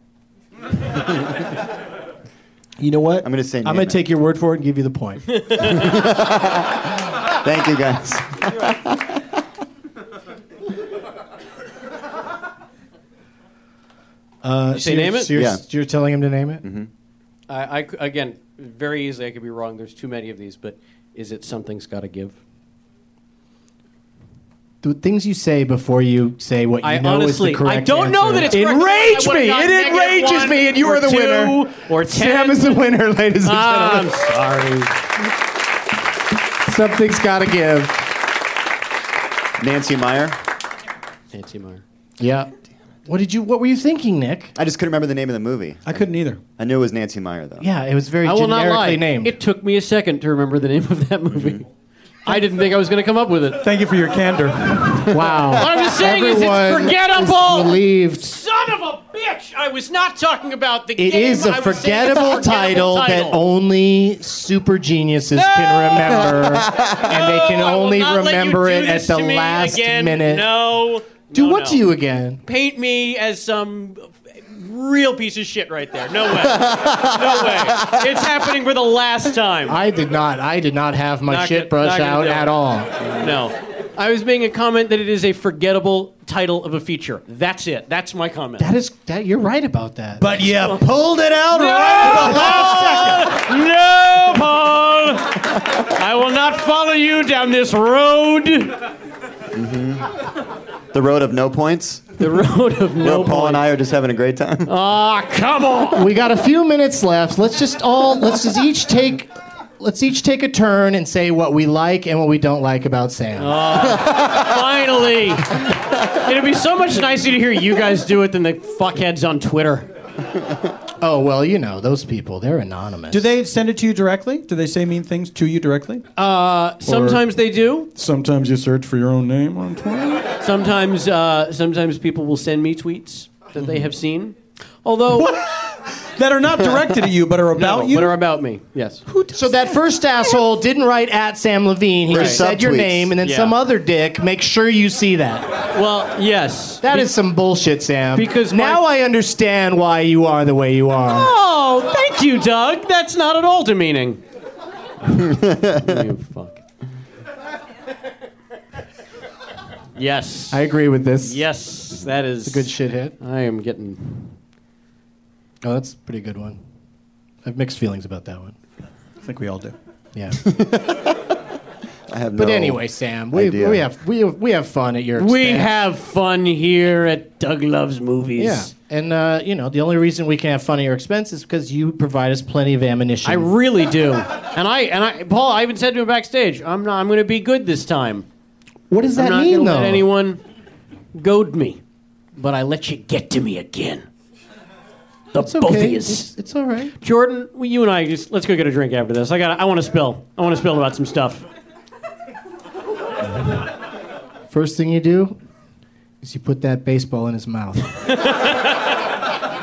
Speaker 2: You know what?
Speaker 4: I'm gonna say
Speaker 2: I'm going
Speaker 4: name it.
Speaker 2: to take your word for it and give you the point.
Speaker 4: Thank you guys.
Speaker 2: Uh,
Speaker 5: say name
Speaker 2: you're,
Speaker 5: it?
Speaker 2: So you're,
Speaker 4: Yeah.
Speaker 2: you're telling him to name it?
Speaker 5: I, I c- again, very easily, I could be wrong. There's too many of these, but is it something's got to give?
Speaker 2: The things you say before you say what you
Speaker 5: I
Speaker 2: know
Speaker 5: honestly,
Speaker 2: is the
Speaker 5: I
Speaker 2: correct
Speaker 5: don't know
Speaker 2: answer
Speaker 5: that it's correct. I
Speaker 2: enrage
Speaker 5: would've
Speaker 2: me.
Speaker 5: gotten
Speaker 2: It
Speaker 5: negative
Speaker 2: enrages
Speaker 5: one
Speaker 2: me, and you
Speaker 5: or
Speaker 2: are the
Speaker 5: two
Speaker 2: winner.
Speaker 5: or
Speaker 2: Sam
Speaker 5: ten.
Speaker 2: is the winner, ladies and
Speaker 5: Ah,
Speaker 2: gentlemen. I'm sorry. Something's got to give.
Speaker 4: Nancy Meyer.
Speaker 5: Nancy Meyer.
Speaker 2: Yeah. What did you? What were you thinking, Nick?
Speaker 4: I just couldn't remember the name of the movie.
Speaker 3: I couldn't either.
Speaker 4: I knew it was Nancy Meyer though.
Speaker 2: Yeah, it was very
Speaker 5: I will not
Speaker 2: generically
Speaker 5: lie.
Speaker 2: named.
Speaker 5: It took me a second to remember the name of that movie. I didn't think I was going to come up with it.
Speaker 3: Thank you for your candor.
Speaker 2: wow.
Speaker 5: What I'm just saying is, it's
Speaker 2: Everyone
Speaker 5: forgettable.
Speaker 2: is relieved.
Speaker 5: Son of a bitch! I was not talking about the
Speaker 2: It
Speaker 5: game.
Speaker 2: is
Speaker 5: I
Speaker 2: a
Speaker 5: was saying it's
Speaker 2: forgettable
Speaker 5: a forgettable
Speaker 2: title that only super geniuses can remember, and they can
Speaker 5: No, I will
Speaker 2: only
Speaker 5: not let you
Speaker 2: remember
Speaker 5: do
Speaker 2: it at
Speaker 5: this
Speaker 2: the
Speaker 5: to me
Speaker 2: last
Speaker 5: again.
Speaker 2: minute.
Speaker 5: No.
Speaker 2: Do
Speaker 5: No,
Speaker 2: what
Speaker 5: no.
Speaker 2: to you again?
Speaker 5: Paint me as some real piece of shit right there. No way. no way. It's happening for the last time.
Speaker 2: I did not. I did not have my
Speaker 5: Not
Speaker 2: shit
Speaker 5: gonna- not
Speaker 2: brush
Speaker 5: gonna
Speaker 2: out
Speaker 5: do it.
Speaker 2: at all.
Speaker 5: no. I was making a comment that it is a forgettable title of a feature. That's it. That's my comment.
Speaker 2: That is that. You're right about that.
Speaker 3: But yeah, pulled it out
Speaker 5: No,
Speaker 3: right at the last second.
Speaker 5: Paul! No, Paul! I will not follow you down this road.
Speaker 4: The Road of No Points.
Speaker 5: The road of no,
Speaker 4: No, Paul and I are just having a great time.
Speaker 2: Uh,
Speaker 5: Ah, come on!
Speaker 2: we got a few minutes left. Let's just all. Let's just each take. Let's each take a turn and say what we like and what we don't like about Sam.
Speaker 5: Finally! It'd be so much nicer to hear you guys do it than the fuckheads on Twitter.
Speaker 2: oh well, you know those people—they're anonymous.
Speaker 3: Do they send it to you directly? Do they say mean things to you directly?
Speaker 5: Sometimes they do.
Speaker 3: Sometimes you search for your own name on Twitter.
Speaker 5: Sometimes, uh, sometimes people will send me tweets that they have seen. Although,
Speaker 3: that are not directed at you, but are
Speaker 5: no,
Speaker 3: about
Speaker 5: but
Speaker 3: you.
Speaker 5: are about me. Yes.
Speaker 2: So that first asshole didn't write at Sam Levine. He
Speaker 4: Right.
Speaker 2: just said your
Speaker 4: Subtweets.
Speaker 2: name, and then
Speaker 5: Yeah.
Speaker 2: some other dick. Make sure you see that.
Speaker 5: Well, yes.
Speaker 2: That is some bullshit, Sam.
Speaker 5: Because my-
Speaker 2: now I understand why you are the way you are.
Speaker 5: Oh, thank you, Doug. That's not at all demeaning. you fuck. Yes.
Speaker 2: I agree with this.
Speaker 5: yes, that is
Speaker 2: Good shit hit.
Speaker 5: I am getting.
Speaker 2: Oh, that's a pretty good one. I have mixed feelings about that one.
Speaker 3: I think we all do.
Speaker 2: Yeah.
Speaker 4: I have
Speaker 2: But
Speaker 4: no
Speaker 2: anyway, Sam, we,
Speaker 4: idea.
Speaker 2: we have we have, we have fun at your expense.
Speaker 5: We have fun here at Doug Loves Movies.
Speaker 2: yeah, and uh, you know the only reason we can have fun at your expense is because you provide us plenty of ammunition.
Speaker 5: I really do. And I and I Paul, I even said to him backstage, I'm not. I'm going to be good this time.
Speaker 2: what does that
Speaker 5: I'm not
Speaker 2: mean
Speaker 5: gonna
Speaker 2: though?
Speaker 5: let anyone goad me, but I let you get to me again. The
Speaker 2: it's
Speaker 5: both of
Speaker 2: okay.
Speaker 5: you.
Speaker 2: It's, it's all right.
Speaker 5: Jordan, well, you and I just let's go get a drink after this. I got. I want to spill. I want to spill about some stuff.
Speaker 2: First thing you do is you put that baseball in his mouth.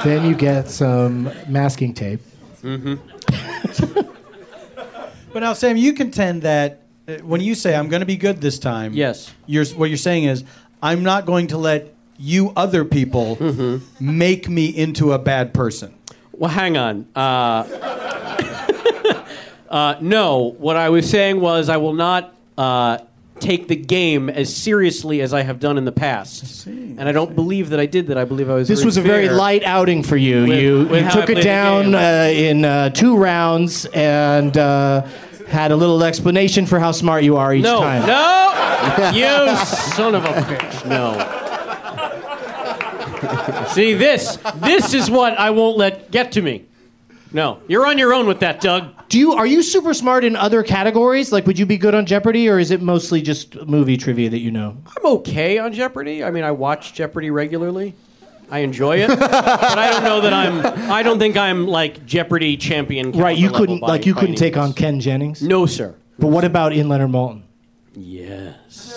Speaker 2: then you get some masking tape.
Speaker 3: But now, Sam, you contend that uh, when you say "I'm going to be good this time,"
Speaker 5: Yes.
Speaker 3: you're, what you're saying is, "I'm not going to let you other people
Speaker 2: Mm-hmm.
Speaker 3: make me into a bad person.
Speaker 5: Well, hang on. Uh, uh, no, what I was saying was I will not uh, take the game as seriously as I have done in the past. and I don't believe that I did that. I believe I was.
Speaker 2: This was a very
Speaker 5: fair.
Speaker 2: light outing for you.
Speaker 5: With-
Speaker 2: you
Speaker 5: with
Speaker 2: you
Speaker 5: how I
Speaker 2: took
Speaker 5: played
Speaker 2: it
Speaker 5: the
Speaker 2: down
Speaker 5: game.
Speaker 2: uh, in uh, two rounds and uh, had a little explanation for how smart you are each
Speaker 5: No,
Speaker 2: time.
Speaker 5: no, you son of a bitch. No. See this? This is what I won't let get to me. No, you're on your own with that, Doug.
Speaker 2: Do you are you super smart in other categories? Like, would you be good on Jeopardy, or is it mostly just movie trivia that you know?
Speaker 5: I'm okay on Jeopardy. I mean, I watch Jeopardy regularly. I enjoy it, but I don't know that I'm. I don't think I'm like Jeopardy champion.
Speaker 2: Right, you
Speaker 5: caliber
Speaker 2: couldn't
Speaker 5: level by-
Speaker 2: like you
Speaker 5: by
Speaker 2: couldn't
Speaker 5: any
Speaker 2: take on
Speaker 5: means.
Speaker 2: Ken Jennings.
Speaker 5: No, sir.
Speaker 2: But what about in Leonard Malton?
Speaker 5: Yes.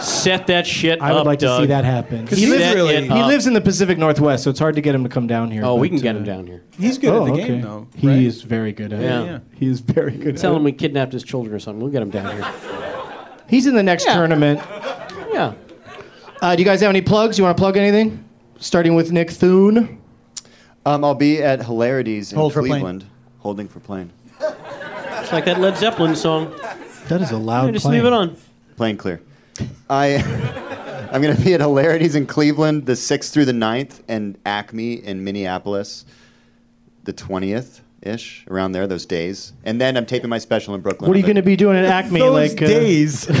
Speaker 5: Set that shit
Speaker 2: I
Speaker 5: up.
Speaker 2: would like
Speaker 5: Doug.
Speaker 2: to see that happen.
Speaker 5: Set
Speaker 2: He lives,
Speaker 5: it
Speaker 3: really-
Speaker 2: he
Speaker 5: up.
Speaker 2: lives in the Pacific Northwest, so it's hard to get him to come down here.
Speaker 5: Oh, we
Speaker 2: but,
Speaker 5: can get
Speaker 2: uh,
Speaker 5: him down here.
Speaker 3: He's good
Speaker 2: Oh,
Speaker 3: at the
Speaker 2: okay.
Speaker 3: game, though.
Speaker 2: He
Speaker 3: right?
Speaker 2: is very good at
Speaker 5: Yeah.
Speaker 2: it. He is very good
Speaker 5: Tell
Speaker 2: at
Speaker 5: him we kidnapped his children or something. We'll get him down here.
Speaker 2: it. He's in the next
Speaker 5: Yeah.
Speaker 2: tournament.
Speaker 5: Yeah.
Speaker 2: Uh, do you guys have any plugs? You want to plug anything? Starting with Nick Thune.
Speaker 4: Um, I'll be at Hilarities in
Speaker 3: Hold for plane.
Speaker 4: Cleveland, holding for plane,
Speaker 5: It's like that Led Zeppelin song.
Speaker 2: That is a loud
Speaker 5: Yeah, just leave it on.
Speaker 4: plane clear. I, I'm going to be at Hilarities in Cleveland the 6th through the 9th, and Acme in Minneapolis the 20th ish, around there, those days. And then I'm taping my special in Brooklyn.
Speaker 2: What are you
Speaker 4: on
Speaker 2: going
Speaker 4: the-
Speaker 2: to be doing at Acme?
Speaker 3: Those
Speaker 2: like uh,
Speaker 3: days,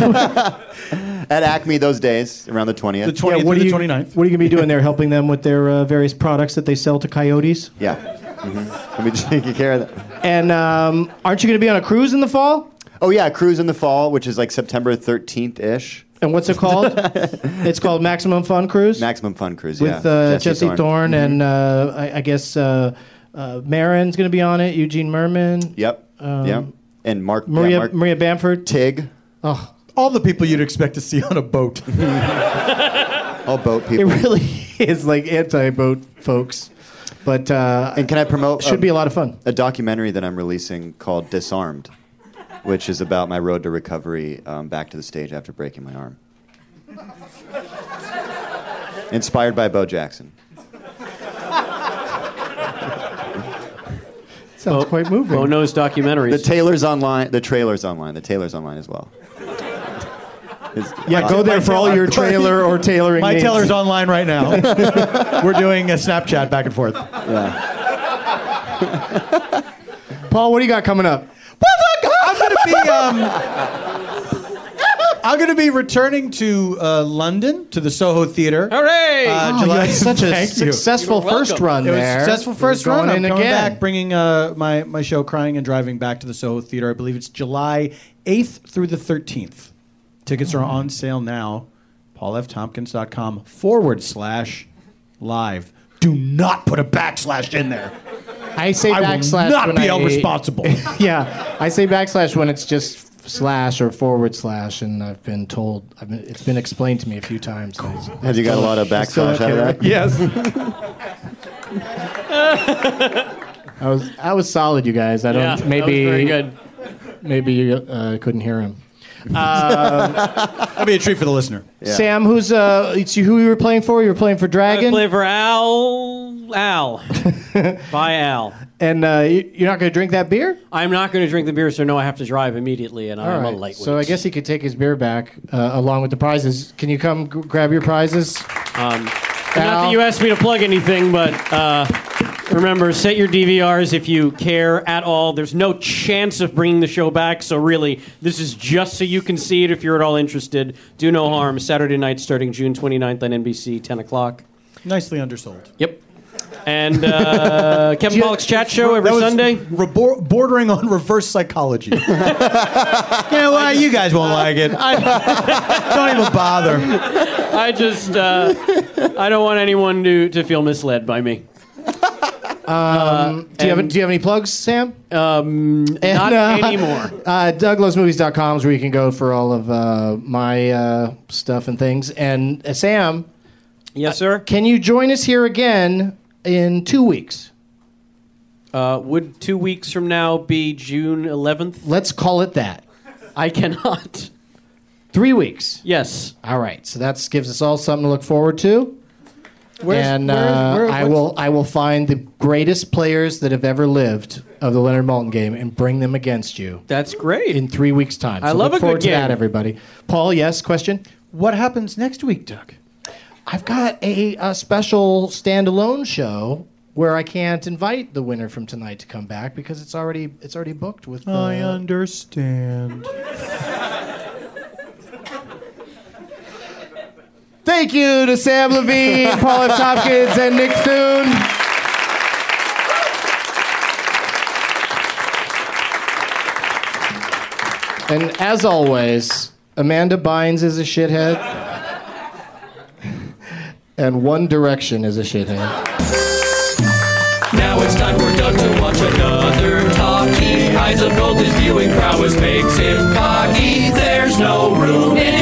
Speaker 4: At Acme those days, around the 20th.
Speaker 3: the 20th
Speaker 2: Yeah, what
Speaker 3: to
Speaker 2: are
Speaker 3: the
Speaker 2: you,
Speaker 3: 29th.
Speaker 2: What are you going to be doing there? Helping them with their uh, various products that they sell to coyotes?
Speaker 4: yeah. Mhm. Let me just take care of that.
Speaker 2: And um, aren't you going to be on a cruise in the fall?
Speaker 4: Oh yeah, Cruise in the Fall, which is like September 13th ish.
Speaker 2: And what's it called? it's called Maximum Fun Cruise
Speaker 4: Maximum Fun Cruise.
Speaker 2: with
Speaker 4: yeah.
Speaker 2: uh, Jesse, Thorn Thorne and uh, I, I guess uh, uh, Marin's going to be on it. Eugene Merman,
Speaker 4: Yep. yeah. And Mark yeah,
Speaker 2: Um, Maria
Speaker 4: Mark
Speaker 2: Maria Bamford.
Speaker 4: Tig,
Speaker 3: All the people you'd expect to see on a boat.
Speaker 4: all boat
Speaker 2: It
Speaker 4: people.
Speaker 2: really is like anti-boat folks, but uh,
Speaker 4: and can I promote?
Speaker 2: should be a lot of fun.
Speaker 4: a documentary that I'm releasing called Disarmed, which is about my road to recovery um, back to the stage after breaking my arm. Inspired by Bo Jackson.
Speaker 2: Sounds quite moving.
Speaker 5: Bo knows documentaries.
Speaker 4: The Taylor's online. The trailer's online. The Taylor's online as well. It's-
Speaker 2: yeah, go there for all your trailer or tailoring.
Speaker 3: My
Speaker 2: needs.
Speaker 3: teller's online right now. We're doing a Snapchat back and forth.
Speaker 2: Paul, what do you got coming up?
Speaker 3: I'm gonna be. Um, I'm gonna be returning to uh, London to the Soho Theater.
Speaker 5: Hooray!
Speaker 3: Uh,
Speaker 2: Oh, you
Speaker 3: July-
Speaker 2: had such a
Speaker 3: Thank you.
Speaker 2: successful
Speaker 5: You're
Speaker 2: first
Speaker 5: welcome.
Speaker 2: run
Speaker 3: It was
Speaker 2: there.
Speaker 3: a successful first
Speaker 2: You're
Speaker 3: run.
Speaker 2: Going
Speaker 3: I'm
Speaker 2: in
Speaker 3: coming
Speaker 2: again.
Speaker 3: back, bringing uh, my my show "Crying and Driving" back to the Soho Theater. I believe it's July 8th through the 13th. Tickets are on sale now. PaulFTompkins.com forward slash live. Do not put a backslash in there.
Speaker 2: I say
Speaker 3: I will
Speaker 2: backslash.
Speaker 3: not
Speaker 2: when
Speaker 3: be
Speaker 2: I-
Speaker 3: held responsible.
Speaker 2: Yeah, I say backslash when it's just slash or forward slash, and I've been told, I've been, it's been explained to me a few times.
Speaker 4: Have you got a lot of backslash out of that?
Speaker 2: Yes. I was I was solid, you guys. I don't
Speaker 5: yeah, that was
Speaker 2: maybe
Speaker 5: very good.
Speaker 2: maybe you uh, couldn't hear him.
Speaker 3: That'd be a treat for the listener.
Speaker 2: Sam, who's uh, it's you, who you were playing for? You were playing for
Speaker 5: I
Speaker 2: Dragon,
Speaker 5: play for Al. Al. Bye, Al.
Speaker 2: and uh, you, you're not going to drink that beer.
Speaker 5: I'm not going to drink the beer, so no, I have to drive immediately, and I'm a lightweight.
Speaker 2: So I guess he could take his beer back uh, along with the prizes. Can you come g- grab your prizes?
Speaker 5: And Um, Not that you asked me to plug anything, but uh, remember, set your DVRs if you care at all. There's no chance of bringing the show back, so really, this is just so you can see it if you're at all interested. Do no harm. Saturday night starting June 29th on NBC, 10 o'clock.
Speaker 3: Nicely undersold.
Speaker 5: Yep. And uh, Kevin
Speaker 2: you-
Speaker 5: Pollock's chat show every
Speaker 3: That was
Speaker 5: Sunday.
Speaker 3: rebor- bordering on reverse psychology. yeah, well, you guys won't like it. Don't even bother.
Speaker 5: I just, uh, I don't want anyone to, to feel misled by me.
Speaker 2: Do you, have, do you have any plugs, Sam? And,
Speaker 5: Um, Not
Speaker 2: uh,
Speaker 5: anymore.
Speaker 2: Uh, DouglasMovies.com is where you can go for all of uh, my uh, stuff and things. And uh, Sam,
Speaker 5: Yes, sir?
Speaker 2: can you join us here again in two weeks?
Speaker 5: Uh, would two weeks from now be June 11th?
Speaker 2: Let's call it that.
Speaker 5: I cannot.
Speaker 2: Three weeks.
Speaker 6: Yes.
Speaker 2: All right. So that gives us all something to look forward to. and uh, I will I will find the greatest players that have ever lived of the Leonard Malton game and bring them against you
Speaker 6: That's great.
Speaker 2: in three weeks' time. So
Speaker 6: I love
Speaker 2: look
Speaker 6: a
Speaker 2: forward
Speaker 6: good
Speaker 2: to that,
Speaker 6: game.
Speaker 2: everybody. Paul, yes, question.
Speaker 3: What happens next week, Doug?
Speaker 2: I've got a, uh special standalone show where I can't invite the winner from tonight to come back because it's already it's already booked with. Uh,
Speaker 3: I understand.
Speaker 2: Thank you to Sam Levine, Paul F. Tompkins, and Nick Thune. And as always, Amanda Bynes is a shithead. And One Direction is a shithead.
Speaker 5: Now it's time for Doug to watch another talkie. Eyes of gold, his viewing prowess makes him cocky. There's no room in